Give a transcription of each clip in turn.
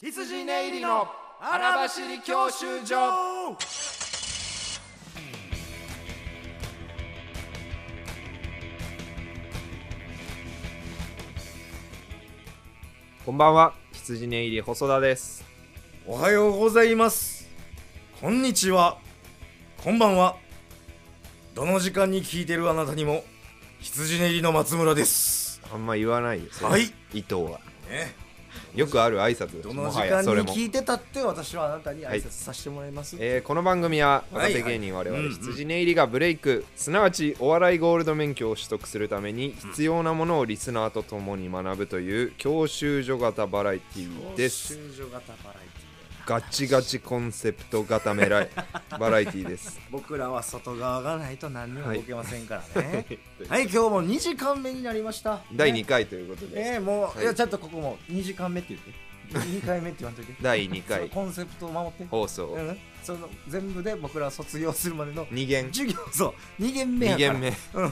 羊寝入りの荒走り教習所こんばんは、羊寝入り細田です。おはようございますこんにちはこんばんはどの時間に聞いてるあなたにも羊寝入りの松村ですあんま言わないよ。それはい伊藤は。ねよくある挨拶ですどのも時はや間にそれも聞いてたって私はあなたに挨拶させてもらいます、えーこの番組はは若い手芸人我うんう々ん羊寝入りがブレイク、すなわちお笑いゴールド免許を取得するために必要なものをリスナーと共に学ぶという教習所型バラエティーです。教習所型バラエテガチガチコンセプト型 めらいバラエティーです。ィ僕らは外側がないと何にも動けませんからね、ははいい、今日も2時間目になりました。第ね2回ということで、えーもう、はいい、や、ちゃんとここも2時間目って言って。2回目って言わんといて。第2その回コンセプトを守って。放送うん。その、全部で僕ら卒業するまでの2限授業、そう、2限目や2から。限目。は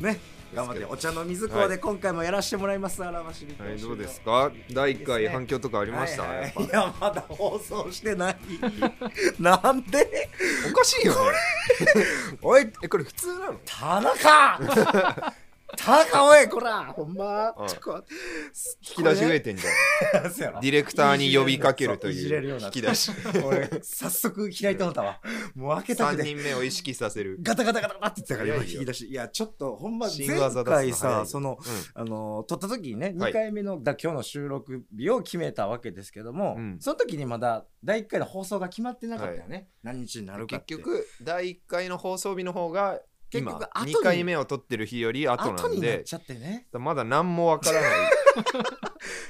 うん。ね。頑張って、お茶の水は港でい今回もやらしてもらいます、あらばしり。い、どうですか第1いい回ですね反響とかあありました、やっぱいや、まだ放送してない。 なんでおかしいよね。 おい、え、これ普通なの田 中田中おい、こらほんまうんちょこ引き出し増えてんじゃん。そうやろディレクターに呼びかけるといじれるいようう引なき 出し。俺早速開いてもうたわもう開けたく3て人目を意識させる。ガタガタガタガタって言ってたから今早いよ引き出しいやちょっとほんま新前技出すの回早いさよその あのー撮った時にねはい2回目のだ今日の収録日を決めたわけですけどもうんその時にまだ第1回の放送が決まってなかったよね何日になうんるかっ結て局、第1回の放送日の方が、結今、局後に2回目を撮ってる日より後な後んになっで、ちゃってねまだ何も わからない。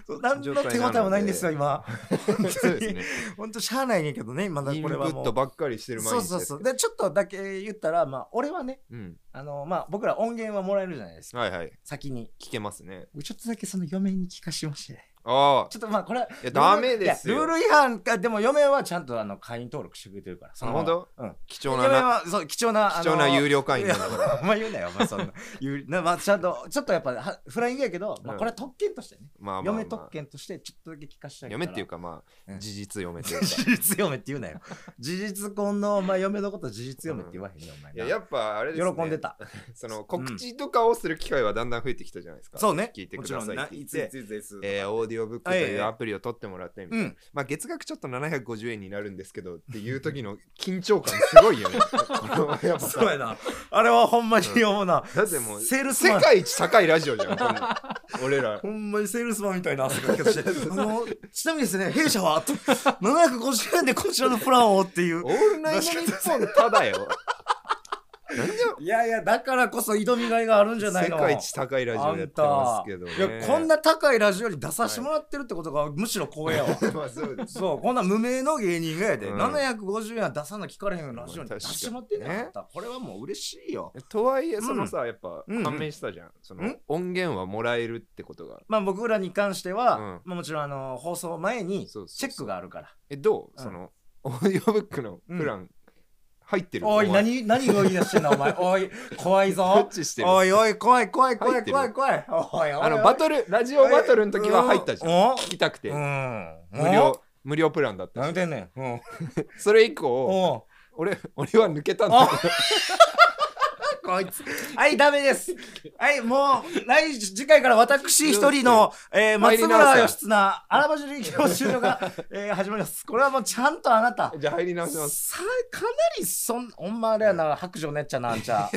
そう何の手応えもないんですよ今そうですね。 本当しゃあないねんけどねまだインこプれはッもトうばっかりしてる毎日そうです。そうそうでちょっとだけ言ったらまあ俺はねうん。あのまあ僕ら音源はもらえるじゃないですかはいはい。先に聞けますね。ちょっとだけその嫁に聞かしましてねああ。ちょっとまあこれはいやダメですよいやルール違反かでも嫁はちゃんとあの会員登録してくれてるからそのまま本うん貴重嫁なな、はそう貴重な貴重な有料料会員なんだから。お前言うなよ、お前そんな。有なまあ、ちゃんと、ちょっとやっぱ、はフライングやけど、まあ、うんこれは特権としてね。まあまあまあ嫁特権として、ちょっとだけ聞かしてあげたら嫁っていうか、まうあ、ん事実嫁というか。事実嫁って言うなよ。事実婚の、まあ、嫁のこと事実嫁って言わへんよ、お前 いな。や、やっぱあれですね。喜んでた。その告知とかをする機会はだんだん増えてきたじゃないですか。そうね。聞いてくださいって言いっついて、つです。えーオーディオブックとはいいうはいアプリを取ってもらってみたいな、うん。まあ、月額ちょっと750円になるんですけどっていう時の緊張感すごい よね。このやっぱそうさやな。あれはほんまに思うな。だってもうセールス世マン。界一高いラジオじゃん、こんな俺ら。ほんまにセールスマンみたいな汗かき方 して。あの、ちなみにですね、弊社は、と750円でこちらのプランをっていうオ。ールナイトニッポンた だよ。なんでいやいや、だからこそ挑みがいがあるんじゃない世の界一高いラジオやってますけど、ね。いや、こんな。な高いラジオに出させてもらってるってことが、むしろ光栄やわ。 まあそうです。そう、こんな無名の芸人がやで、うん750円は出さな聞かれへんようなラジオにまあ出確かにしてもらってんねんねあなたこれはもう嬉しいよ。とはいえ、そのさ、やっぱうんうん判明したじゃん。そのうん音源はもらえるってことが。まあ僕らに関しては、うんまあ、もちろんあの放送前にチそうそうそうェックがあるから。えどううんその、オーディオブックのプラン、入ってるおい、前何、何を言い出してんのお前。おい、怖いタッぞ。チしてるおいおい、怖い怖い怖入っいてる怖い怖い。おいおいおい。あのバトルラジオバトルの時は入ったじゃん、うん聞きたくて、うん。無料無料プランだっうん。やめたしてんねん。うん。それ以降お俺俺は抜けたんだけどこいつ。はい、ダメです。はい、もう、来週、次回から私一人の、えー、松村義経、荒場り教習所が、えー、始まります。これはもうちゃんとあなた。 じゃあ入り直しますさかなりそんほんまあれやな白状ねっちゃなあんち ゃ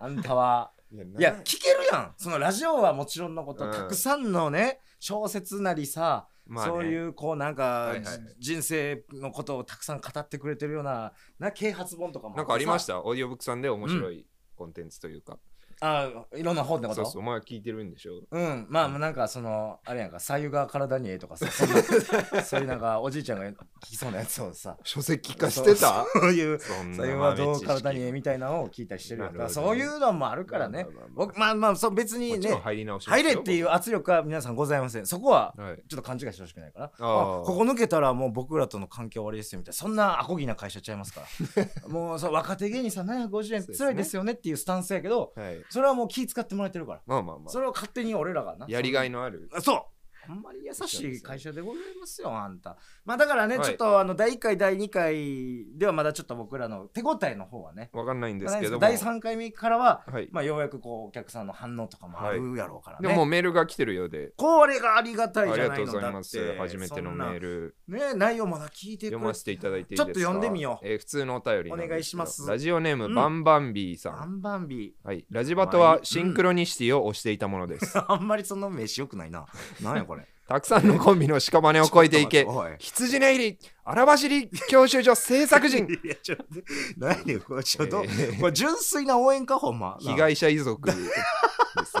あんたはいやないや聞けるやんそのラジオはもちろんのこと、うんたくさんのね小説なりさ、まあ、ね、そうういうこうなんか、はいはいじ人生のことをたくさん語ってくれてるようなな啓発本とかもなんかありましたたオーディオブックさんで面白いコンテンツというか、あいろんな本ってことそうそうお前は聞いてるんでしょうん、まあなんかそのあれやんか「左右が体にええ」とか さそういうそういうなんかおじいちゃんが聞きそうなやつをさ書籍化してたそう そういうそん左右はどう体にえええみたいなのを聞いたりしてるやんなかるほどそういうのもあるからね僕まあまあそう別にもちろねん入り直しま入したれよっていう圧力は皆さんございませんそこは僕はいちょっと勘違いしてほしくないからああーここ抜けたらもう僕らとの関係終わりですよみたいなそんなアコギな会社ちゃいますから もうそう若手芸人さん750円辛いですよねっていうスタンスやけどはいそれはもう気使ってもらえてるからまあまあまあそれを勝手に俺らがなやりがいのあるあそうほんまに優しい会社でございますよ、あんた。まあだからね、はいちょっとあの第1回、第2回ではまだちょっと僕らの手応えの方はね、わかんないんですけども。第3回目からは、はい。まあ、ようやくこうお客さんの反応とかもあるやろうからね。でももうメールが来てるようで。これがありがたあいじりゃがなというのございだまって。す。初めてのメール。そんなね内容まだ聞いてくれ読ませていただいていいですちょかっと読んでみようえー普通のお便りなんですけどお願いしますラジオネーム、うんバンバンビーさバん。ンバンビはい。ラジバトはシンクロニシティを推していたものです。 ー。あんまりその飯よくないな。なんやこ れ。たくさんのコンビの屍を越えていけちょ。っと待って羊ね入り、荒走り教習所制作おい人。 いや、ちょっと、何で これ、ちょっと、えーこれ純粋な応援か、ほんま。被害者遺族で す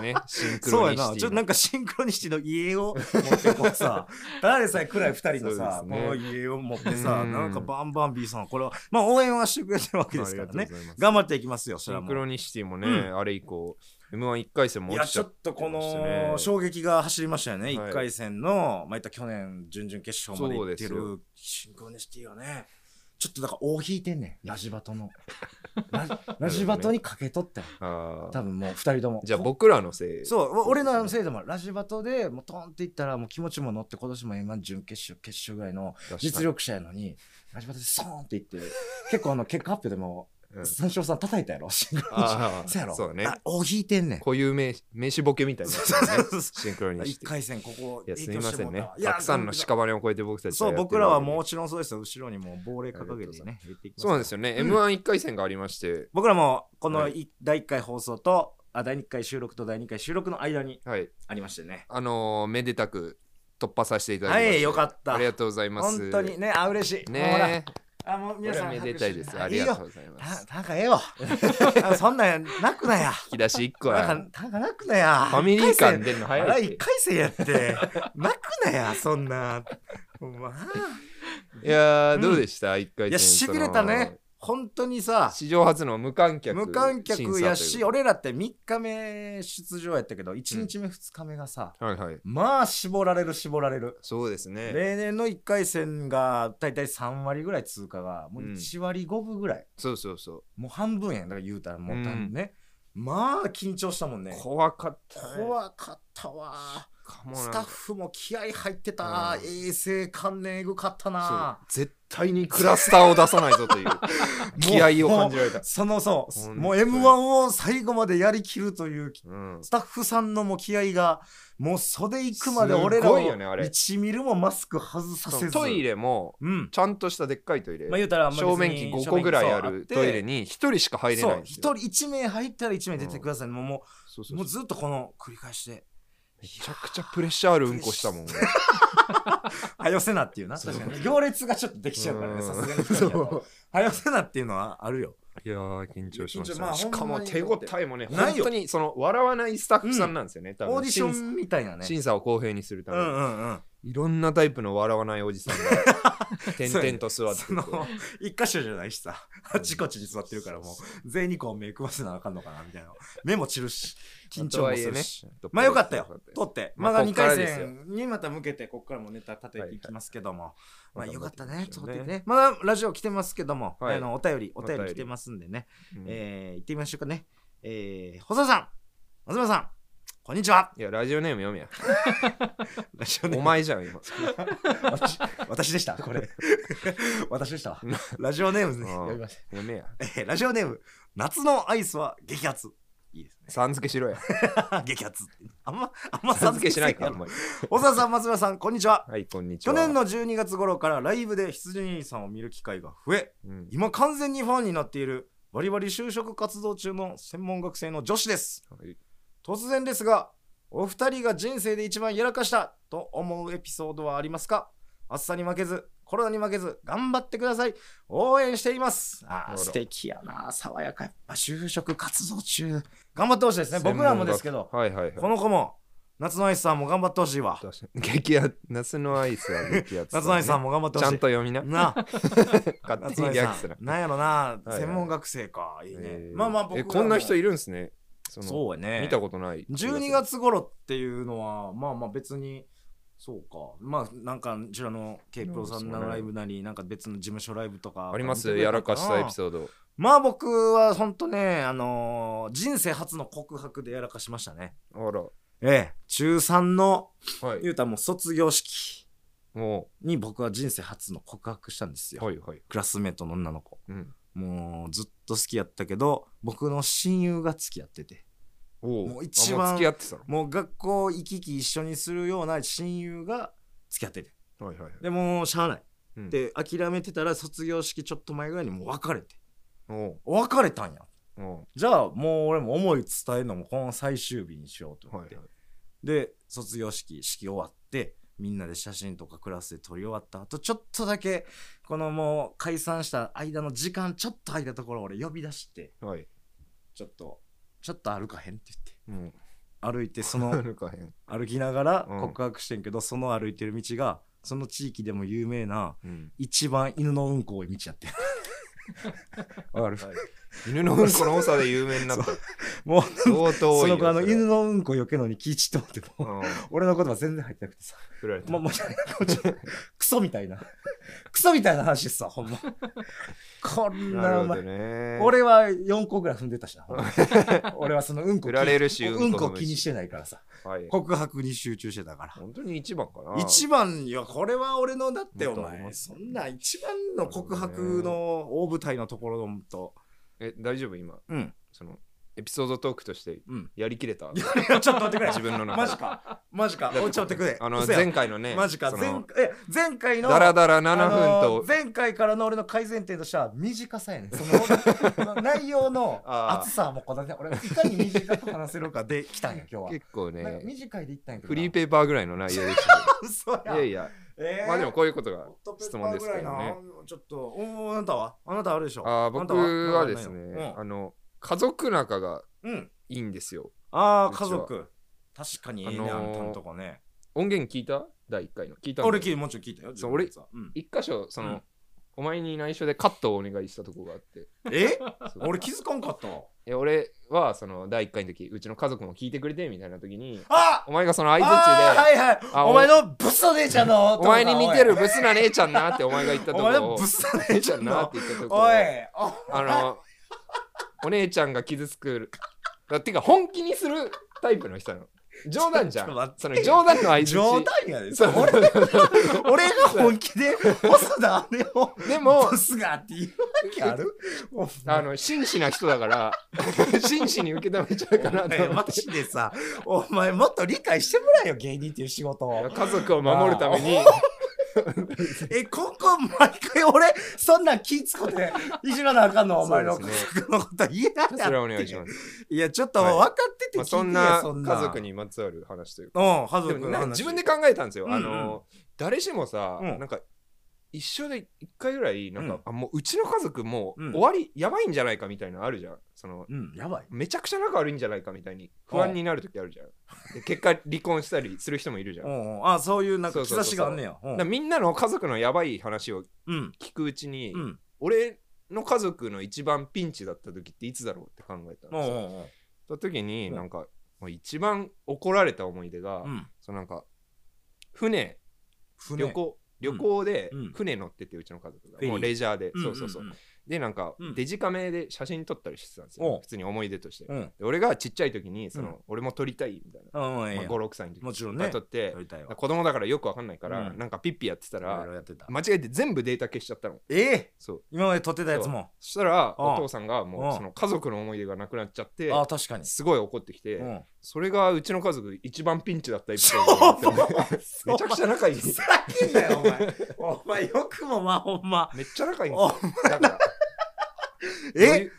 ね。シンクそうロやニな、シちテょっとィのな。んかシンクロニシティの家を持ってこう さ、ただでさえ暗い二人のさそ、うこですねの家を持ってさ、うんなんかバンバンビーさん、これは、まあ応援はしてくれてるわけまであすありかがらとうごね。ざいます。頑張っていきますよ、そシれはンもクう。ロニシティもね、うんあれ以降、M11 回戦もい落や、ちちちゃょっっとこやってのましたね衝撃が走りましたよね、一はい1回戦の、まあ、いったら去年、準々決勝まで行ってそるシンクロニシティがね、ちょっとだから、大引いてんねん、ラジバ トの。ラジラジバトにかけとってん、あー多分もう2人とも。じゃあ僕らのせい。そう、お俺のそあうですねのせいでもあるラジバトでもうトンっていったらもう気持ちも乗って今年も M1 準決勝決勝ぐらいの確かに実力者やのにラジバトでソーンっていって 結構あの結果発表でもうん三四郎さん叩いたやろシンクロニシティあ あ、そうやろそうだね。あお引いてんねんこういう名名詞ボケみたいなやつだね。シンクロにし一て。回戦ここいや、すみ影響ましてせもんうたねわ。いやたくさんの屍を越えて僕たちそう僕らはもう。ちろんそうですよ後ろにもう亡霊掲げてね入れていきますそうなんですよね。うん M11 回戦がありまして、僕らもこのはい第1回放送とあ第2回収録と第2回収録の間にはい。ありましてねあのー、めでたく突破させていただきはました。いよかったありがとうございます。本当に。ねあ嬉しいもうほらねえ。あもうこれ皆さはんめでたいです。あ拍り手がとうございます。ななんかええ わそんなんなくなや引き出し1個なや。んかなんかなくなやファミリー感出るのあ早いっ一て。回戦やってなくなやそんなほ んまいうやー、んどうでした一回戦。いやしびれたね。本当にさ史上初の無観客。無観客やし審査という俺らって3日目出場やったけど1日目2日目がさ、ことで。はいはい。まあ絞られる絞られるそうですね。例年の1回戦が大体3割ぐらい通過がもううん1割5分ぐらい、そうそうそう。もう半分やんだから言うたらもうたんね、まあ緊張したもんね怖かったね。怖かったわかもなスタッフも気合入ってたうん衛生観念えぐかったそうな絶対にクラスターを出さないぞ という気合を感じるられた。そのそう本当にもう m 1を最後までやりきるといううん、スタッフさんのもう気合がもう袖行くまですごい俺らをよねあれ1ミリもマスク外させずトイレもうんちゃんとしたでっかいトイレ、まあ言うたらあんま別に正面機5個ぐらいあるトイレにに1人しか入れそないうんですよ1人1名入ったら1名出てくださいねもうもそううそうもうそうずっとこの繰り返しでめちゃくちゃプレッシャーあるうんこしたもん俺はよせなっていうなそう確かに行列がちょっとできちゃうからねうんさすがに一人だそとはよせなっていうのはあるよいやー緊張しまし緊た、張まあしかほもんまに手応えもねない本よ当にその笑わないスタッフさんなんですよね、多分オーディショ審ンみたいなね審査を公平にするたうめんに、うんうんいろんなタイプの笑わないおじさんが 点々と座ってそての一箇所じゃないしさあちこちに座ってるからもう全員にこう目くばせなあかんのかなみたいな目も散るし緊張もするしとはいえねまあよかったよ取ってままだあこ2っから回ですよ戦にまた向けてここからもネタ立てていきますけどもまあよかったね、ちょっとねね。まだラジオ来てますけども、はいあのお便り、お便おり便来りてますんでね、うんえー行ってみましょうかね。えー、細田さん、松村さん、こんにちは。いや、ラジオネーム読めや。ラジオネーおム前じゃん、今。私私でした、こ れ。私でしたわ。ラジオネームね、うん呼びました読めや。えーラジオネーム、夏のアイスは激アツ。いいです ね。さん付けしろや。激アツ。あんま、あんまさん付けしないか、 さおん付前。けせんやろ小沢さん、松村さん、こんにちは。はい、こんにち去は。年の12月頃からライブで羊兄さんを見る機会が増え、うん、今完全にファンになっているバリバリ就職活動中の専門学生の女子ですはい突然ですがお二人が人生で一番やらかしたと思うエピソードはありますか暑さに負けずコロナに負けず頑張ってください応援していますあなるほーど素敵やな爽やかやっぱ就職活動中頑張ってほしいですね僕らもですけどはいはいはい。この子も夏のアイスさんも頑張ってほしいわ確かに激アツ、 夏のアイスは激アツだ夏ね、のアイスさんも頑張ってほちしいゃんと読みな。なあ勝夏手にのリラックスさな。んなんやろなはい専門学生かいいねえーまあまあ僕え、らもこんな人いるんすね。そのそうやね見たことない。 12月頃っていうのはまあまあ別にそうかまあなんかうちらの k プロさんのライブなりなんか別の事務所ライブとかありますやらかしたエーピドソード。まあ僕はほんとねあのー人生初の告白でやらかしましたねあら。ええ、中3の、はい言うたらもう卒業式もに僕は人生初の告白したんですよ。うはいはいクラスメートの女の子。うんもうずっと好きやったけど、僕の親友が付き合ってて。おうもう一番あもう付き合ってたのもう学校行き来一緒にするような親友が付き合ってて。はいはいはいでもうしゃあない。うんで、諦めてたら卒業式ちょっと前ぐらいにもう別れて。おう別れたんや。おじゃあもう俺も思い伝えるのもこの最終日にしようとう思はっいて。はいで卒業式式終わってみんなで写真とかクラスで撮り終わった後ちょっとだけこのもう解散した間の時間ちょっと空いたところ俺呼び出してはいちょっとちょっと歩かへんって言ってうん歩いてその歩かへん歩きながらうん告白してんけど、その歩いてる道がその地域でも有名なうん一番犬のうんこ多い道やってんわかる犬のうんこの多さで有名になったもう相当そ多のいよ子あのそれ犬のうんこ避けのに気ちっと思ってもううん俺の言葉全然入ってなくて さ振られたま、もうクソみたいな。 クソみたいな話ですわ、ほんま。こんなな、るおほ前。どね俺は4個ぐらい踏んでたしな。 ほんま俺はそのうんこ振られるしうんこうんこ踏むし気にしてないからさ。はい告白に集中してたから。本当に一番かな一番よ、これは俺のだっておもっとあり前、ますそんな一番の告白の大舞台のところのと、え大丈夫今うん、そのエピソードトークとしてうん。やりきれたいや、ちょっと待ってくれ自。分の中マでジか、マジか、おいちょっと待ってくれ。あの嘘や前回のねマジか、そ前のえ前回の。だらだらあ7の分と前回からの俺の改善点としては短さやねんそのその内容の あー厚さもこだね俺いかに短く話せるかできたんや今日は、結な構んねか短いでいったんやけどフリーペペーパーぐらいの内容でした 嘘や よいやいやえー、まあでもこういうことがホットペ質ッパ問ーでぐすらけいどなねちょっとおーあなたはあなたあるでしょなあー僕たはでなすんかないねのあの家族仲がうん、うんいいんですよああうち家は族確かにええね、ああんのーたんとこね音源聞いた第1回の聞いたんだ俺聞いもうちょい聞いたよそう自分のやつはうん、一箇所その、うんお前に内緒でカットをお願いしたとこがあってえそう俺気づかんかった わえ俺はその第1回の時うちの家族も聞いてくれてみたいな時にあお前がその相あ槌ーで、はいはいあお前のブスお姉ちゃんのお前に似てるるブスな姉ちゃんなってお前が言ったとおこ前ろのをブスお姉姉ちちゃゃんんなのって言ったところおいをおあのお姉ちゃんが傷つくだってか本気にするタイプの人なの冗談じゃんちょっと待そっのて冗談の相槌冗談やでそう俺俺が本気で細田あれをでもボスがって言うわけあるお前あの真摯な人だから 真摯に受け止めちゃうかなおと前思マってジでさお前もっと理解してもらえよ芸人っていう仕事を家族を守るためにえここ毎回俺そんなん気ぃつこていじらなあかんのお前のそう家です族のこと言えなそれはおい願いしやます、いやちょっと分かってて聞いまあ、てよそんなそん家族ににまつわる話というかうん家で族ものなんか話自分で考えたんですよ、あうんうの誰しもさ、うんなんか一緒で一回ぐらいなんか、うんあもううちの家族もううん終わり、やばいんじゃないかみたいなのあるじゃんそのうんやばいめちゃくちゃ仲悪いんじゃないかみたいに不安になる時あるじゃん、で結果離婚したりする人もいるじゃん、うだかんうんあそういうなんか兆しがあんねやらみんなの家族のやばい話をうんうん聞くうちに、うん俺の家族の一番ピンチだった時っていつだろうって考えたんうですんようんその時にうんなんか、もう一番怒られた思い出が、うんそのなんか船船旅行旅行でうん船乗っててうちの家族フェリがーもうレジャーでんそうそうそううんでなんかうんデジカメで写真撮ったりしてたんですよお普通に思い出としてうんうんで俺がちっちゃい時にそうの俺も撮りたいみたいうんうんええなやん56歳の時もちろんにね撮ってやりたいわ子供だからよくわかんないかうらんなんかピッピやってたいろいらろやってた間違えて全部データ消しちゃったのええそう今まで撮ってたやつもそしたらうんお父さんがうもんうその家族の思い出がなくなっちゃってあ確かにすごい怒ってきてうんそれがうちの家族一番ピンチだったエピソードだなって思ってそうめちゃくちゃ仲いいふざけんなよお前お前よくもまあほんまめっちゃ仲いいんですおよだからどういえう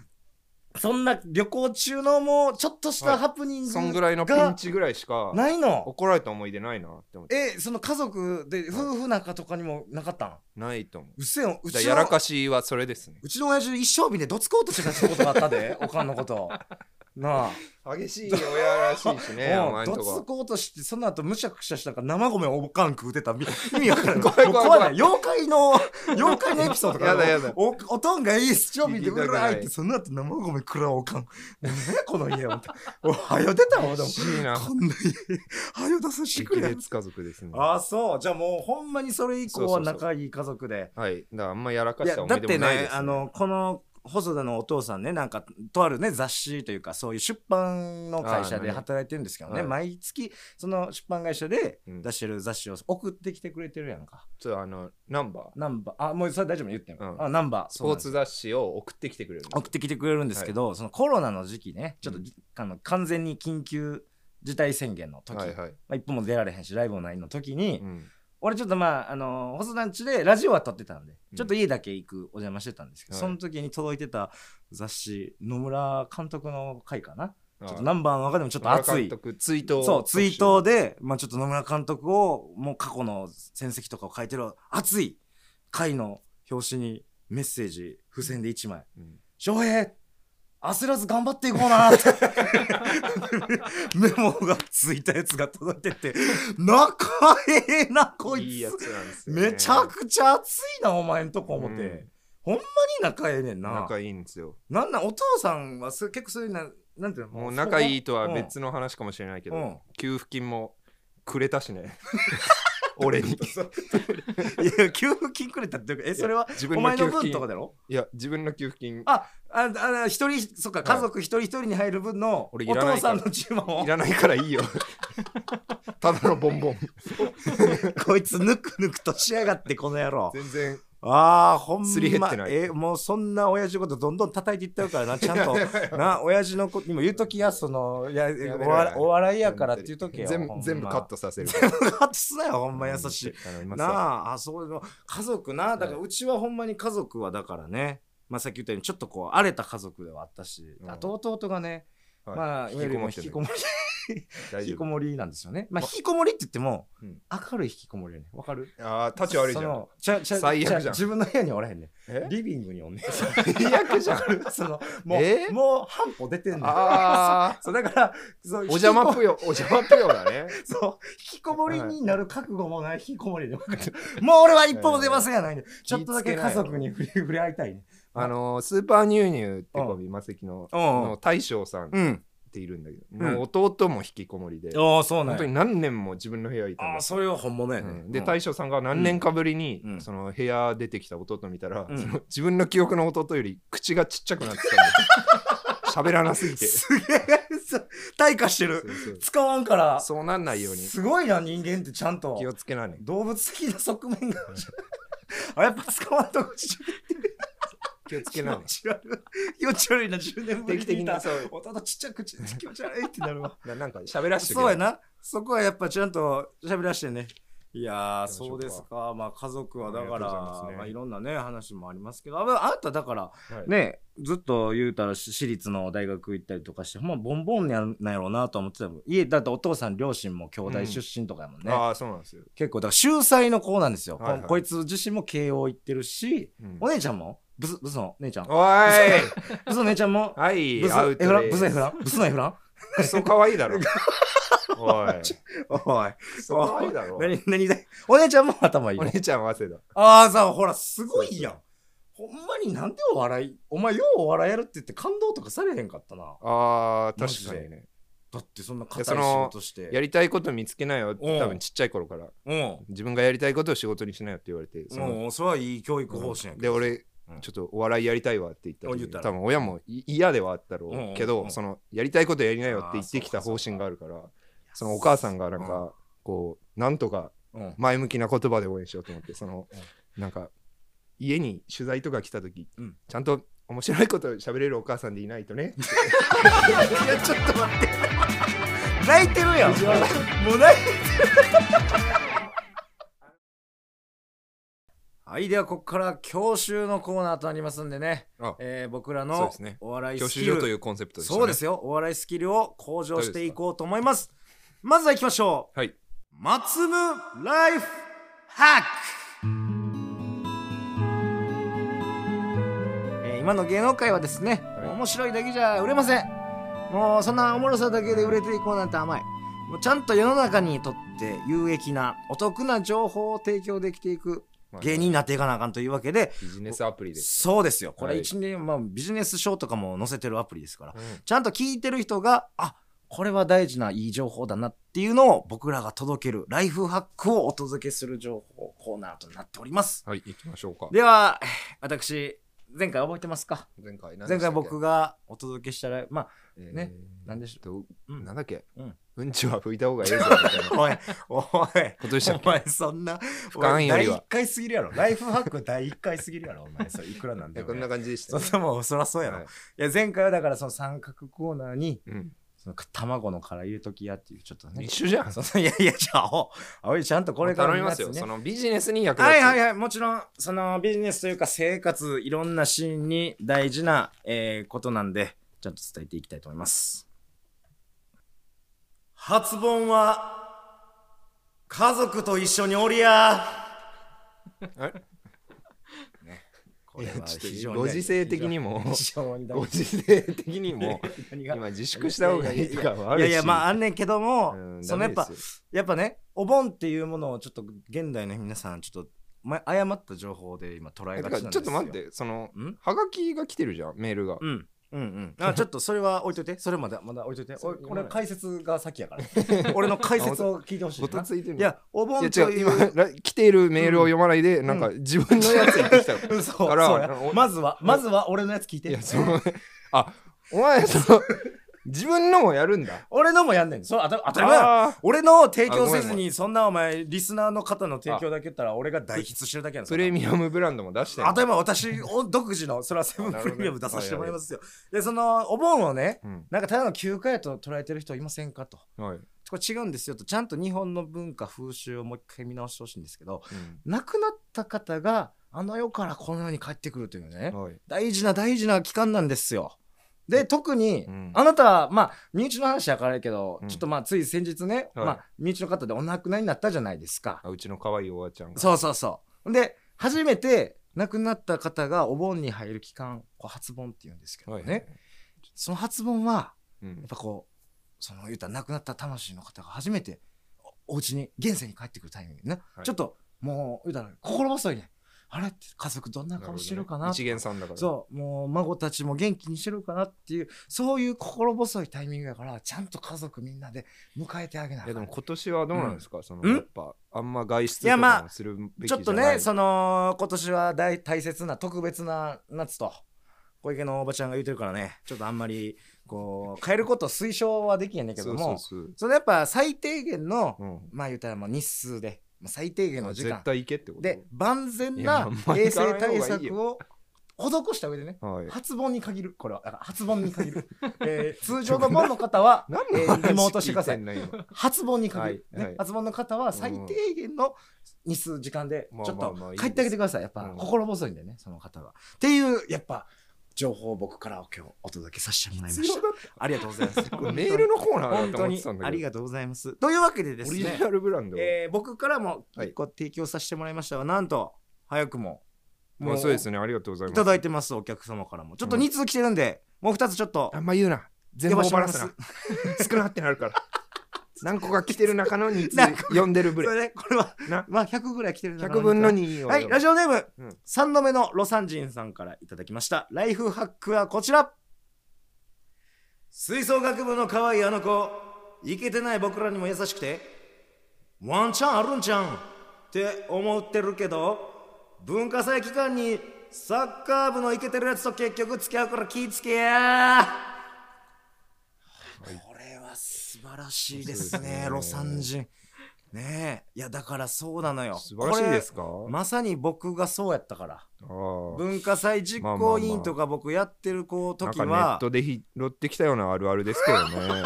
そんな旅行中のもうちょっとしはたいハプニンそんぐグらいのピンチぐらいしかないの怒られた思い出ないなって思ってえその家族で夫婦仲とかにもなかったんないと思ううっせえようだからちやのらかしはそれですねうちの親父一生日でどつこうとしてたことがあったでおかんのことなあ激しい親らしいしねお前んどとつここうとしてその後むしゃくしゃしたから生米おかん食うてたみ 意味わからん怖い怖い怖いもうない妖怪の妖怪のエピソードかやだやだおおとんがいい一生日で聞きたうくならいいってその後生米食らうおかん何やこの家は おはよ出たわで激もしいなこんな家 はよ出させてく激れ烈家族ですねああそうじゃあもうほんまにそれ以降はそうそうそう仲いい家族ではいだからあんまやらかいしやだた思っい出てもないねですあのこの細田のお父さんねなんかとあるね雑誌というかそういう出版の会社で働いてるんですけどね、はい毎月その出版会社でうん出してる雑誌を送ってきてくれてるやんか、ちょっとあのナンバーナンバーあもうそれ大丈夫言ってんの、うんあナンバースそうポなんーですツ雑誌を送ってきてくれるんですよ送ってきてくれるんですけど、そのコロナの時期ねちょっと、うんあの完全に緊急事態宣言の時、はいはい、まあ、一歩も出られへんしライブもないの時に、うん俺ちょっとまああの細田んちでラジオは撮ってたんで、ちょっと家だけ行くお邪魔してたんですけど、はいその時に届いてた雑誌野村監督の回かなあちょっーとナンバーの中でもちょっと熱村い監督追悼そう追悼で、まあ、ちょっと野村監督をもう過去の戦績とかを書いてる熱い回の表紙にメッセージ付箋で1枚うん「翔平焦らず頑張っていこうな」って メモがついたやつが届いてて仲ええなこいついいやつなんですよ、ね、めちゃくちゃ熱いなお前んとこ思って、うんほんまに仲ええねんな仲いいんですよなんなんお父さんはす結構そういうななんていうのもう仲いいいとは別の話かもしれないけど、うん給付金もくれたし ね俺にいや給付金くれたっていうかえそれは自お分の前給の付分金とかだろいや自分の給付金ああの一人そっかい家族一人一人に入る分のお俺いらないから父さんの注文をいらないから いいよただのボンボンこいつぬくぬくとしやがってこの野郎 全然ああほんますり減ってないえもうそんな親父のことどんどん叩いていったるからなちゃん とな親父の子にも言うときやそのいやめろお笑お笑いやからっていうときや全ほんま全部カットさせるカットすなよほんま優しい。頼みますなよああそういうの家族なだからはうちはほんまに家族はだからね、まあ、さっき言ったようにちょっとこう荒れた家族ではあったし、うんあと弟がね、はいまあいわゆるもう引引ききここももり大引丈きこ夫もりなんですよね、まあ、引きこもりって言っても、うん明るい引きこもりやねわかるああ立ち悪いじゃんちゃちゃ最悪じゃんち自分の部屋におらへんねえリビングにおんねん最 悪じゃんわかるそのもう、えもう半歩出てんねん ああそうだからそうお邪魔引きこぷよお邪魔ぷよだ ねそう、引きこもりになる覚悟もない引きこもりで、 もう俺は一歩も出ませんやないね。ちょっとだけ家族に触れ触れ合いたいね。あのースーパーニューニューってこう美馬関のうんの大将さんっうん。ているんだけど、うんもう弟も引きこもりで、ああ、そうなん本当やに。何年も自分の部屋いたんあだあ、それは本物やねう。んでうん 大将さんが何年かぶりに、うんその部屋出てきた弟見たら、うんその自分の記憶の弟より口がちっちゃくなってたんですよ喋らなすぎてそすげえ、そう退化してる。うそう使わんから。そうなんないようにすごいな、人間ってちゃんと気。をつけなね動物的な側面が。 あ、やっぱ使わんとこち気をつ気けなね持ち悪い。気持ち悪いな、10年ぶりに定期的見なた。そう弟ちっちゃい口、気持ち悪いってなるわ。ななんか喋らしてそうやな。そこはやっぱちゃんと喋らしてね。いやー、行きましそょうかうですか。まあ家族はだあかりら、がとうございますまねあいろんなね、話もありますけど、あまああなただから、はいね、ずっと言うたらし私立の大学行ったりとかして、ほんまボンボンやなんやろうなと思ってたもん。家、だってお父さん、両親も兄弟出身とかやもんね。ああそうなんですよ、結構、だから秀才の子なんですよ。はいはいここいつ自身も慶応行ってるし、うんお姉ちゃんも、ブス、ブスの姉ちゃん。おーいブスの姉ちゃん も、はいブス、アウエトフラン、でブスのエフラン、ブスのエフラン。クソ可愛いだろおい おい。クソ可愛いだろ何何だお姉ちゃんも頭いいおよ。姉ちゃんは早稲田ああ、さ、ほら、すごいやん。ほんまになんでお笑い、お前ようお笑いやるって言って感動とかされへんかったな。あーマジで確かにねだってそんな硬いいやそ仕の事して。やりたいこと見つけなよってうん多分ちっちゃい頃からうん。自分がやりたいことを仕事にしなよって言われてそのもう、それはいい教育方針やけでど。俺うんちょっとお笑いやりたいわって言った時言ったら多分親もい嫌ではあったろうんうんうけど、うんそのやりたいことやりなよって言ってきた方針があるからそのお母さんがなんか、こうなんとかうん、前向きな言葉で応援しようと思ってその、なんか家に取材とか来た時、うんちゃんと面白いこと喋れるお母さんでいない とねいや、ちょっと待って。泣いてるやん。もう泣いてる。はい、ではここから教習のコーナーとなりますんでね、あえー僕らそうのですねお笑い教スキ習ル、所というコンセプトでしたねそうですよお笑いスキルを向上していこうと思いますまずは行きましょうはい松ムライフハックえー今の芸能界はですね、い面白いだけじゃ売れませんもうそんなおもろさだけで売れていこうなんて甘いもうちゃんと世の中にとって有益なお得な情報を提供できていくまあ芸人になっていかなあかんというわけでビジネスアプリで、そうですよこれはい一年、まあ、ビジネス書とかも載せてるアプリですからうんちゃんと聞いてる人が、あこれは大事ないい情報だなっていうのを僕らが届けるライフハックをお届けする情報コーナーとなっております。はい行きましょうかでは、私、前回覚えてますか前回前回僕がお届けしたらまあね何でしょううんなんだっけうんうんちは拭いた方がいいぞ みたい なおいおいことでしたっお前そんな俯瞰よりはおい第1回すぎるやろライフハック第1回すぎるやろお前それいくらなんでけもこんな感じでしそたねんなもんそらそうやろ、はいい、や前回はだからその三角コーナーにうんその卵の殻入れときやっていうちょっとね一緒じゃんそ のいやいやじゃあおおいちゃんとこれからの頼みやまつすよねそのビジネスに役立つはいはいはいもちろんそのビジネスというか生活いろんなシーンに大事な、えーことなんでちゃんと伝えていきたいと思います初盆は家族と一緒におりやあ れこれはいやちょっと非常にご時世的にも非常に大ご事時世的にも何が今自粛した方がいいとかもあいるしやいやまああんねんけども、うんそのやっダぱメですやっぱねお盆っていうものをちょっと現代の皆さんちょっと前誤った情報で今捉えよがてちなかんですよちょっと待ってそのんハガキが来てるじゃんメールがうんうんうん、 あちょっとそれは置いといてそれまだまだ置いといておいそう俺の解説が先やから 俺の解説を聞いてほしいごなたついてるいやおい盆とや違ういう今ら来ているメールを読まないで、なんか自分のやつ言ってき たそうそうからやおまずはまずは俺のやつ聞いいてやそのあお前その自分のもやるんだ俺のもやんねんそれあた当たり前やろあー俺のを提供せあごずめんごめにそんなお前リスナーの方の提供だけ言ったら俺が代筆してるだけやんプレミアムブランドも出してんのあと今私お独自のそれは セブンプレミアム出させてもらいますよ。でそのお盆をねうんなんかただの休暇やと捉えてる人いませんかと。はい、これ違うんですよとちゃんと日本の文化風習をもう一回見直してほしいんですけどう亡くなった方があの世からこの世に帰ってくるというねんはい大事な大事な期間なんですよ。で特に、うんあなたはまあ身内の話やからやけど、うんちょっとまあつい先日ね、はいまあ、身内の方でお亡くなりになったじゃないですか。あうちの可愛いおばちゃんがそうそうそう。で、初めて亡くなった方がお盆に入る期間、こう初盆って言うんですけどはね、いね、その初盆は、うやんっぱこう、その言うたら亡くなった魂の方が初めておお家に、現世に帰ってくるタイミングね、はいちょっともう言うたら心細いね。あれって家族どんな顔してるかなるほどね一元さんだからそう、もう孫たちも元気にしてるかなっていう、そういう心細いタイミングやから、ちゃんと家族みんなで迎えてあげないやでいも今年はどうなんですか、そのんやっぱあんま外出いとやまかあもするべちきじょゃっないとね、その今年は大大切な特別な夏と小池のおばちゃんが言うてるからね、ちょっとあんまりこう変えることを推奨はできんやねんけども、そそうそうのやっぱ最低限の、そう、まあ言うたらもう日数で、まあ最低限うのん、時間絶対行けってことで万全いやなほんまに衛生対策を施した上でね、はい初盆に限る、これは、だから初盆に限 る、えー通常の盆の方は、えーリモートしてくだ さい。い。今初盆に限る、はいねはい初盆の方は最低限の日数時間でまあちょっまあまあいといです帰ってあげてくださいやっぱうん心細いんでねその方はっていうやっぱ情報を僕から今日お届けさせてもらいま必し要ただったありがとうございます これメールのコーナー本当だと思っにてたんだあけりど。がとうございますというわけででオすリジね、ナルブランド。えー僕からもはい一個提供させてもらいましたが、なんと早くもまあそうですね。ありがとうございいます。ただいてますお客様からもちょっと2通来てるんで、もう2つちょっとあんま言うな。全部呼ばしてもバらラいますすな。少なってなるから。 何個か来てる中の2つ 何個読んでるこぶれ。れねこれはなまあ100ぐらい来てるんだな100分の2を。はい、ラジオネーム、うん三度目のロサンジンさんからいただきました。ライフハックはこちら。吹奏楽部の可愛いあの子、イケてない僕らにも優しくて、ワンチャンあるんちゃうんって思ってるけど、文化祭期間にサッカー部のイケてるやつと結局付き合うから気ぃつけやこれは素晴らしいですそうですねね、ロサンジン。ねえ、いやだからそうなのよ。素晴らしいですかまさに僕がそうやったからあー文化祭実行委員とか僕やってるこうなん時かは、ネットで拾ってきたようなあるあるですけど ね。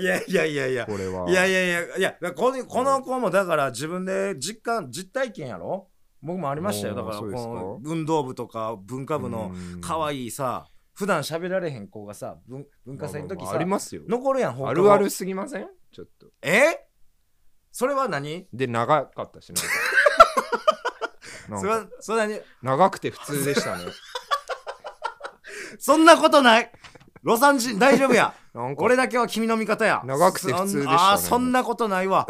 いやいやいや いやこれは。いやいやいやいやだからこのこの子もだから自分で実感実体験やろ僕もありましたよおだーからこそうですかの運動部とか文化部の可い愛いさ普段喋られへん子がさ文文化祭の時さ、ありますよ。残るやん放課後あるあるすぎませんちょっと。えそれは何で、長かったしね。 なんそかれはそれは何長くて普 通でしたね。 そんなことないロサンジン大丈夫やなんか俺だけは君の味方や長くて普通でしそたねんあーそんなことない わ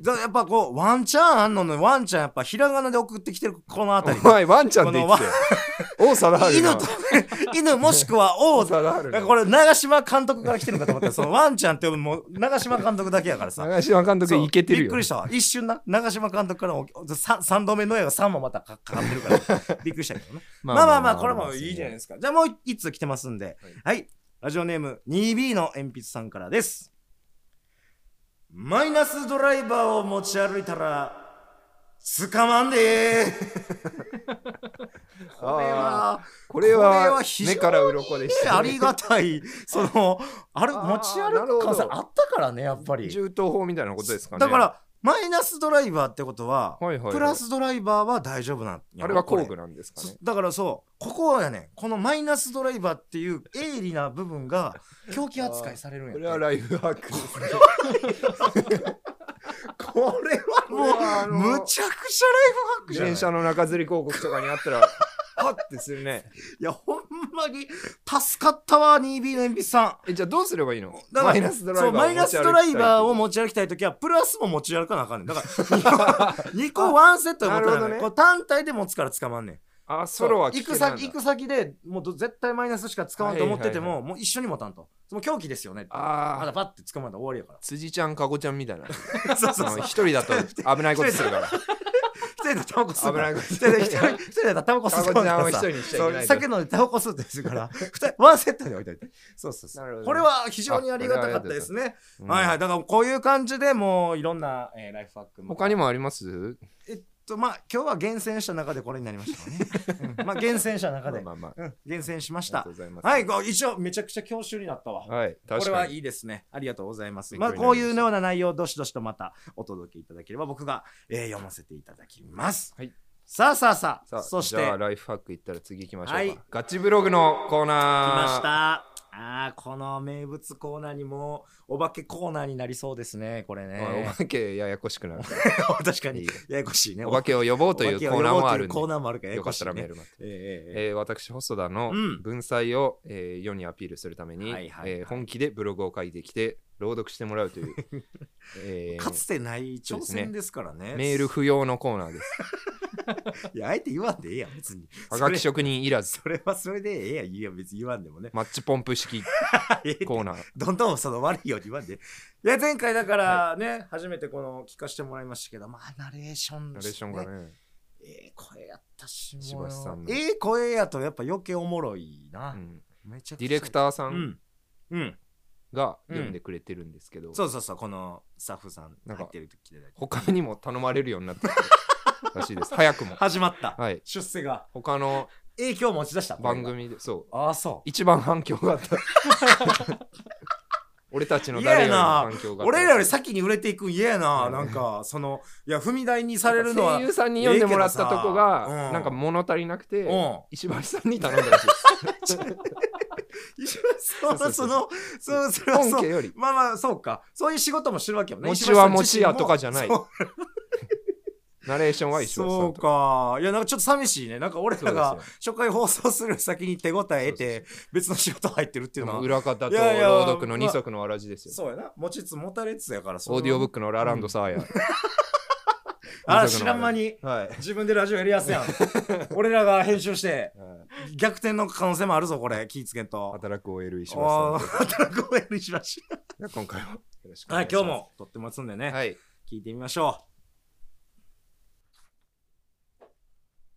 だやっぱこうワンチャンあんのねワンちゃんやっぱひらがなで送ってきてるこの辺りお前ワンちゃんで言って王貞治犬が と犬もしくは王王だ貞治からがこれ長嶋監督から来てるのかと思ったらそのワンちゃんって呼ぶのもう長嶋監督だけやからさ長嶋監督そういけてるよびっくりしたわ一瞬な長嶋監督からも 3, 度目の絵が3もまたかかかってるから びっくりしたけどねまあまあまあこれもいいじゃないですかじゃあもう1通来てますんではいラジオネーム 2B の鉛筆さんからですマイナスドライバーを持ち歩いたら捕まんでーこれはこれこれはは非常に目から鱗でしたあねりがたい、その、あれ、あー持ち歩く可能性なるほどあったからね、やっぱり。銃刀法みたいなことですかねだから、マイナスドライバーってことは、はいはいはいプラスドライバーは大丈夫なんやあれは工こ具なんですかねそだからそう、ここやねん、このマイナスドライバーっていう鋭利な部分が 狂気扱いされるんやこってれはライフハックですねこれこれははあものう、むちゃくちゃライフハックじゃない電車の中吊り広告とかにあ ったらハッてするねいや、ほんまに、助かったわ、2B の鉛筆さん。えじゃあどうすればいいのだからマイナスドライそバーうマイナスドライバーを持ち歩き持ち歩きたたいいときはプラスも持ち歩かなあかんねんだから2 個ワンセットで持たななるほい、どねこう単体で持つから捕まんねんあソロはそう危行険くなんだ先行く先でもうど絶対マイナスしか捕まんと思ってても、はいもう一緒に持たんとその狂気ですよねってまあだあパッて捕まんだら終わりやか辻ちゃんかごちゃんみたいなら そうそう そそうの一一人だと危ないことするから人でタバコ吸うから危ないこと一人で一人一人でタバコ吸かうごかちゃんをら一さ人にしちゃそいけなうい酒飲んでタバコ吸うってするから二人ワンセットで置いといてそうそうそなるほうどこれは非常にありがたかったですねはいはい、だからこういう感じでもういろんな、えーライフハックも他にもありますえっとまあ今日は厳選した中でこれになりました ね、うんまあ厳選した中で、まあまあうん、厳選しましあたりがとうございますはいご一応めちゃくちゃ教習になったわ、はいこれ確かはにいいですねありがとうございます勉ま強あこになりまうしたいうような内容をどしどしとまたお届けいただければ僕が、えー読ませていただきます、はいさあさあさあさあそしてじ来ゃあまライフハックいったら次行きましょうか、はいガチブログのコーナーしたあーこの名物コーナーにもお化けコーナーになりそうですねこれおいねお化けややこしくなるか 確からいいによややこしいねお化けを呼ぼうというコーナーもあるんでコーナーもあるからややよかこっしいたねらメール待ってえええええー私細田のうん文才を、えー世にアピールするために、はいはいはいえー本気でブログを書いてきて朗読してもらうという、 えーかつてない挑戦ですからね。メール不要のコーナーです。いや、あえて言わんでええやん、別に。はがきそれ職人いらず、それはそれでええやん、いいやん、別に言わんでも ね。マッチポンプ式コーナー。どんどんその悪いように言わんで。いや、前回だからね、初めてこの聞かせてもらいましたけど、まあ、ナレーション、ナレーションが。ね、ええ声やったし、柴もう田さんのええ声やと、やっぱ余計おもろいな。うんめちゃくちデゃ。ィレクーターさうんん。うん。が読んでくれてるんですけど、そうそうそう、このスタッフさんなんか入ってる時で。他にも頼まれるようになってきたらし いです。早く も。始まった。はい。出世が。他の影響を持ち出した。番。組で、そう、ああ、そう。一番反響があ った。俺たちの誰よりも反響があった。俺らより先に売れていくん嫌やな、うんなんかそのいや踏み台にされるのは声優さんに読んでもらったとこええけどさうがんなんか物足りなくうて ん石橋さんに頼んだ らしいです石橋さんはそのそうそれは本そ家うよりまあまあそうかそういう仕事もしてるわけよね餅石橋さはん自餅身も屋とかじゃないそうナレーションは石橋さそんうとかいやなんかちょっと寂しいねなんか俺らそうがです初回放送する先に手応え得て別の仕事入ってるってでいうのもは裏方といやいや朗読の二足のわらじですよそうやな持ちつ持たれつやからそれオはーディオブックのラランドサー ヤあら知らん間にはい自分でラジオやりやす やん俺らが編集して逆転の可能性もあるぞこれ気ぃつけんと 働く OL 石あ橋あさん働く応援にしましで今回もよろしくおた。はい願いし、ま今す日も撮ってますんでね、はい聞いてみましょ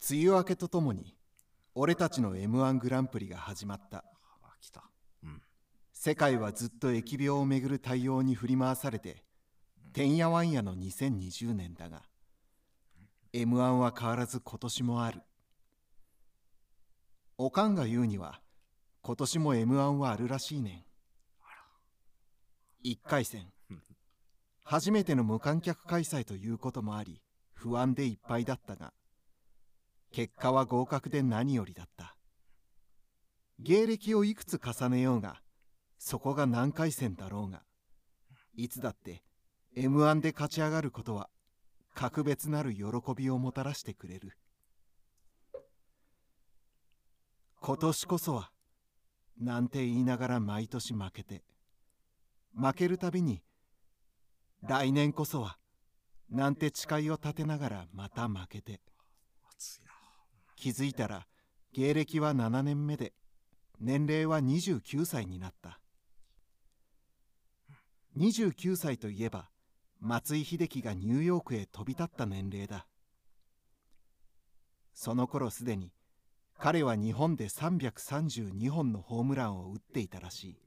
梅雨明けとともに俺たちの m 1グランプリが始まったう。あ、来た。世界はずっと疫病をめぐる対応に振り回されててんやわんやの2020年だが m 1は変わらず今年もあるおかんが言うには今年も m 1はあるらしいねん1回戦うん初めての無観客開催ということもあり不安でいっぱいだったが結果は合格で何よりだった芸歴をいくつ重ねようがそこが何回戦だろうがいつだって m 1で勝ち上がることは格別なる喜びをもたらしてくれる今年こそはなんて言いながら毎年負けて負けるたびに来年こそはなんて誓いを立てながらまた負けて熱いな気づいたら芸歴は7年目で年齢は29歳になった29歳といえば松井秀喜がニューヨークへ飛び立った年齢だその頃すでに彼は日本で332本のホームランを打っていたらしい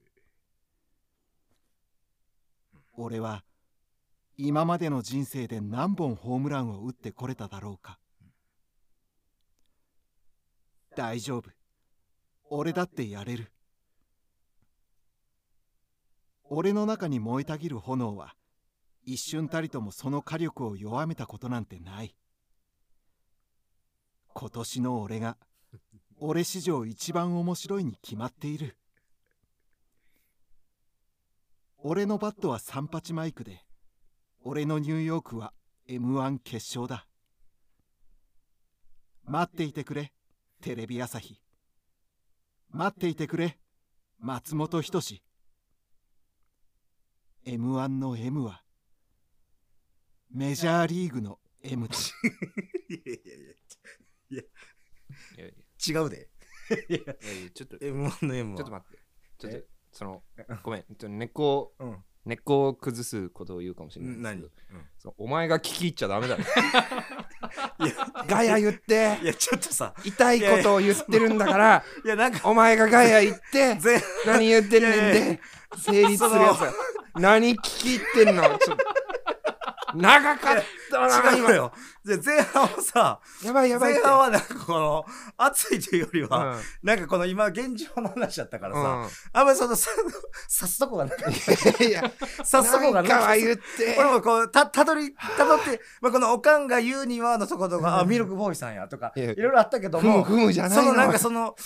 俺は今までの人生で何本ホームランを打ってこれただろうか大丈夫俺だってやれる俺の中に燃えたぎる炎は一瞬たりともその火力を弱めたことなんてない今年の俺が俺史上一番面白いに決まっている俺のバットは三八マイクで俺のニューヨークは m 1決勝だ待っていてくれテレビ朝日待っていてくれ松本人志 m 1の M はメジャーリーグの M だいやいやいやいやいや違うで。いやいやちょっと M1 の M は。ちょっと待って。ちょっとえ、その、ごめん、ちょっと根っこを、うん根っこを崩すことを言うかもしれないんです何けど。そのお前が聞き入っちゃダメだろ。いや、ガヤ言ってい、や、ちょっとさ、痛いことを言ってるんだから、いや、なんか、お前がガヤ言って、全、何言ってんねんいやいやで、成立するやつが。何聞き入ってんのちょっと長かったな、違うの今。よ。で、前半はさ、やばいや前ばいって。半はなんかこの、熱いというよりは、うんなんかこの今、現状の話だったからさ、うんあんまりその、さ刺すとこがなかっいやいや、た。刺すとこがな何かかはった。言って。俺もこう、た、たどり、たどって、まあこの、おかんが言うにはのとことか、あ、ミルクボーイさんやとか、いいろやいろあったけどふむも、ふむじゃないそのなんのかその刺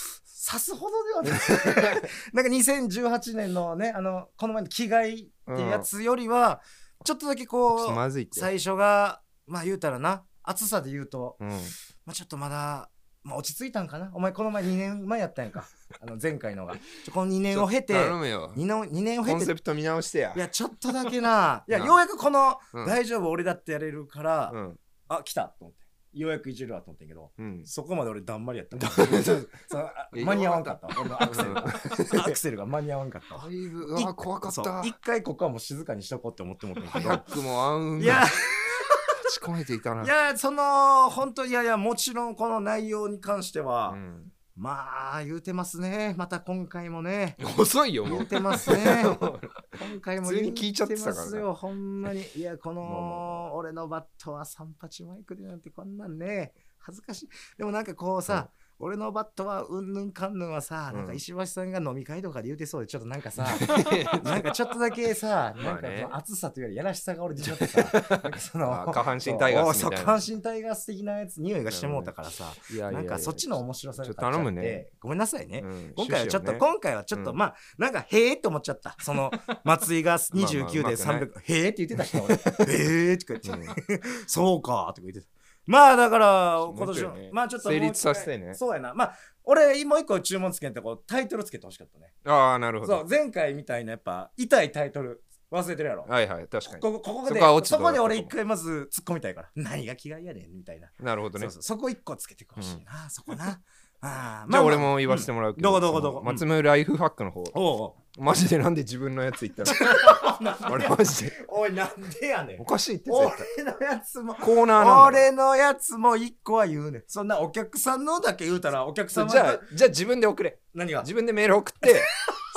すほどではない なんか2018年のねあのこの前の着替えってやつよりは、ちょっとだけちょっことうまずいって。最初がまあ言うたらな暑さで言うと、うんまあ、ちょっとまだ、まあ、落ち着いたんかなお前この前2年前やったんやん かあの前回のがちょこの2年を経て頼むよ 2, の2年をコ経ンセてプト見直してやいやちょっとだけ ないやなようやくこの、うん大丈夫俺だってやれるから、うんあ来たと思ってようやくいじるわと思ってんけどうんそこまで俺だんまりやったそう そうあいや間に合わんかった俺のアクセルが アクセルが間に合わんかったわ だいぶうわ怖かっそうた一回ここはもう静かにしとこうって思ってもったんやけ早くも暗雲どがいや立ち込めていたないやその本当いやいやもちろんこの内容に関しては、うんまあ言うてますねまた今回もね遅いよも言ううてますね今回も普通に聞いちゃってたからね言ますよほんまにいやこまあまの俺のバットは38マイクでなんてこんなんね恥ずかしいでもなんかこうさ、俺のバットはうんぬんかんぬんはさ、なんか石橋さんが飲み会とかで言うてそうでちょっとなんか さなんかちょっとだけさまなんあねかこの暑さというよりやらしさが俺出ちゃって さなんかそあの 下半身タイガースそうみた下いな半身タイガース的なやつ匂いがしてもうたからさいやいやいやなんかそっちの面白さが勝っちょっとちゃ頼むっねてごめんなさいねうん今回はちょっと、趣旨をね今回はちょっと、うんまあなんかへえって思っちゃったその松井がまあまあ29で300、うまくへえって言ってた 人俺へえって言って、そうかとか言ってたまあだからもう今ち年ょいねの、まあちょっともう一回成立させてねそうやなまあ俺もう一個注文つけんとこうタイトルつけてほしかったねああなるほそうど前回みたいなやっぱ痛いタイトル忘れてるやろはいはい確かにここここそでこはそこ落ち度だったで俺一回まず突っ込みたいから何が気が嫌ねんみたいな、なるほどそねうそうそこ一個つけてほしいな、そこなあーじゃあ俺も言わせてももらうけどうんどこどこどこその松村ライフハックの方らおうおうマジでなんで自分のやつ言った の 俺マジでおいなんでやねんおかしいって絶俺対のやつもコーナーなんだよ俺のやつも一個は言うねんそんなお客さんのだけ言うたらお客さんはじゃあじゃあ自分で送れ何が自分でメール送 って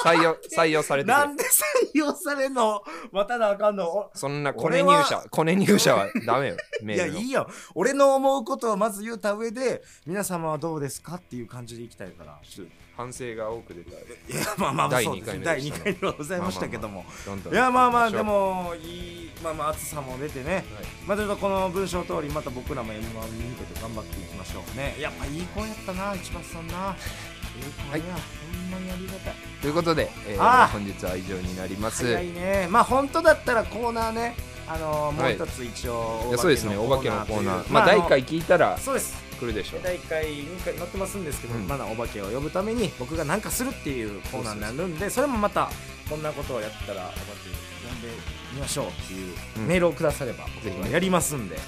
採用採用されてくれなんで採用されんのまたなあかんのおそんなコ俺ネは入社コネ入社はダメよメ いやールいのいよ俺の思うことをまず言うた上で皆様はどうですかっていう感じでいきたいからちょっと反省が多く出たいやまあまあまあ第そう二です回目ねでしたね第2回目でございましたけどもどんどんいやまあまあ行できしょうもいいまあまあ暑さも出てねまあちょっとこの文章通りまた僕らも M1 に向けて頑張っていきましょうねやっぱいい声やったな一橋さんなええ声や、ほんまにありがたいということで、えーあー本日は以上になります早いねまあ本当だったらコーナーねあのーもう一つ一応、いやそうですねお化けのコーナーというまあ第の一回聞いたらそうです来るでしょう大会に載ってますんですけど、うんまだお化けを呼ぶために僕が何かするっていうコーナーになるんでそれもまたこんなことをやったらお化け呼んでみましょうっていううんメールをくださればぜひね僕はやりますんでぜ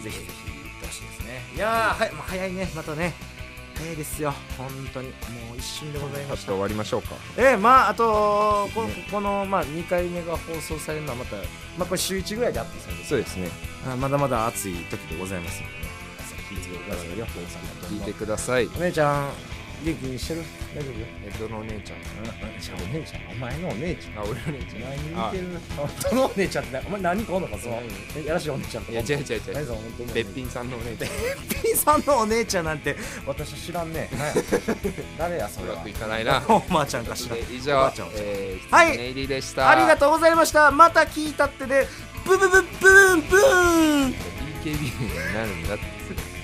ひぜひ言ってほしいですねいやーはいもう早いねまたね早いですよ本当にもう一瞬でございパまッしとた終わりましょうかええまああとこねこの、まあ、2回目が放送されるのはまた、まあ、これ週1ぐらいであったそうですそうですねあまだまだ暑い時でございますので、ね、皆さん聞いてくださいよ、ポンさんだ聞いてくださいお姉ちゃん、元気にしてる大丈夫江戸のお姉ちゃんお姉ちゃん、お前のお姉ちゃん。あ俺のお姉ちおゃん前に似てるな。本当のお姉ちゃんってな、お前何かおんのか、その、えやらしいお姉ちゃんとか。あいや違う違う違何うその本当 にべっぴんさんのお姉ちゃんべっぴんさんのお姉ちゃんなんて、私は知らんね。何や誰や、そうれまはくい。かないな おばあちゃんかしら。で以おば上あちゃんおばあちゃんえー、はいネイリでしたありがとうございました。また聞いたってで、ブブブブーンブーン BKB になるんだって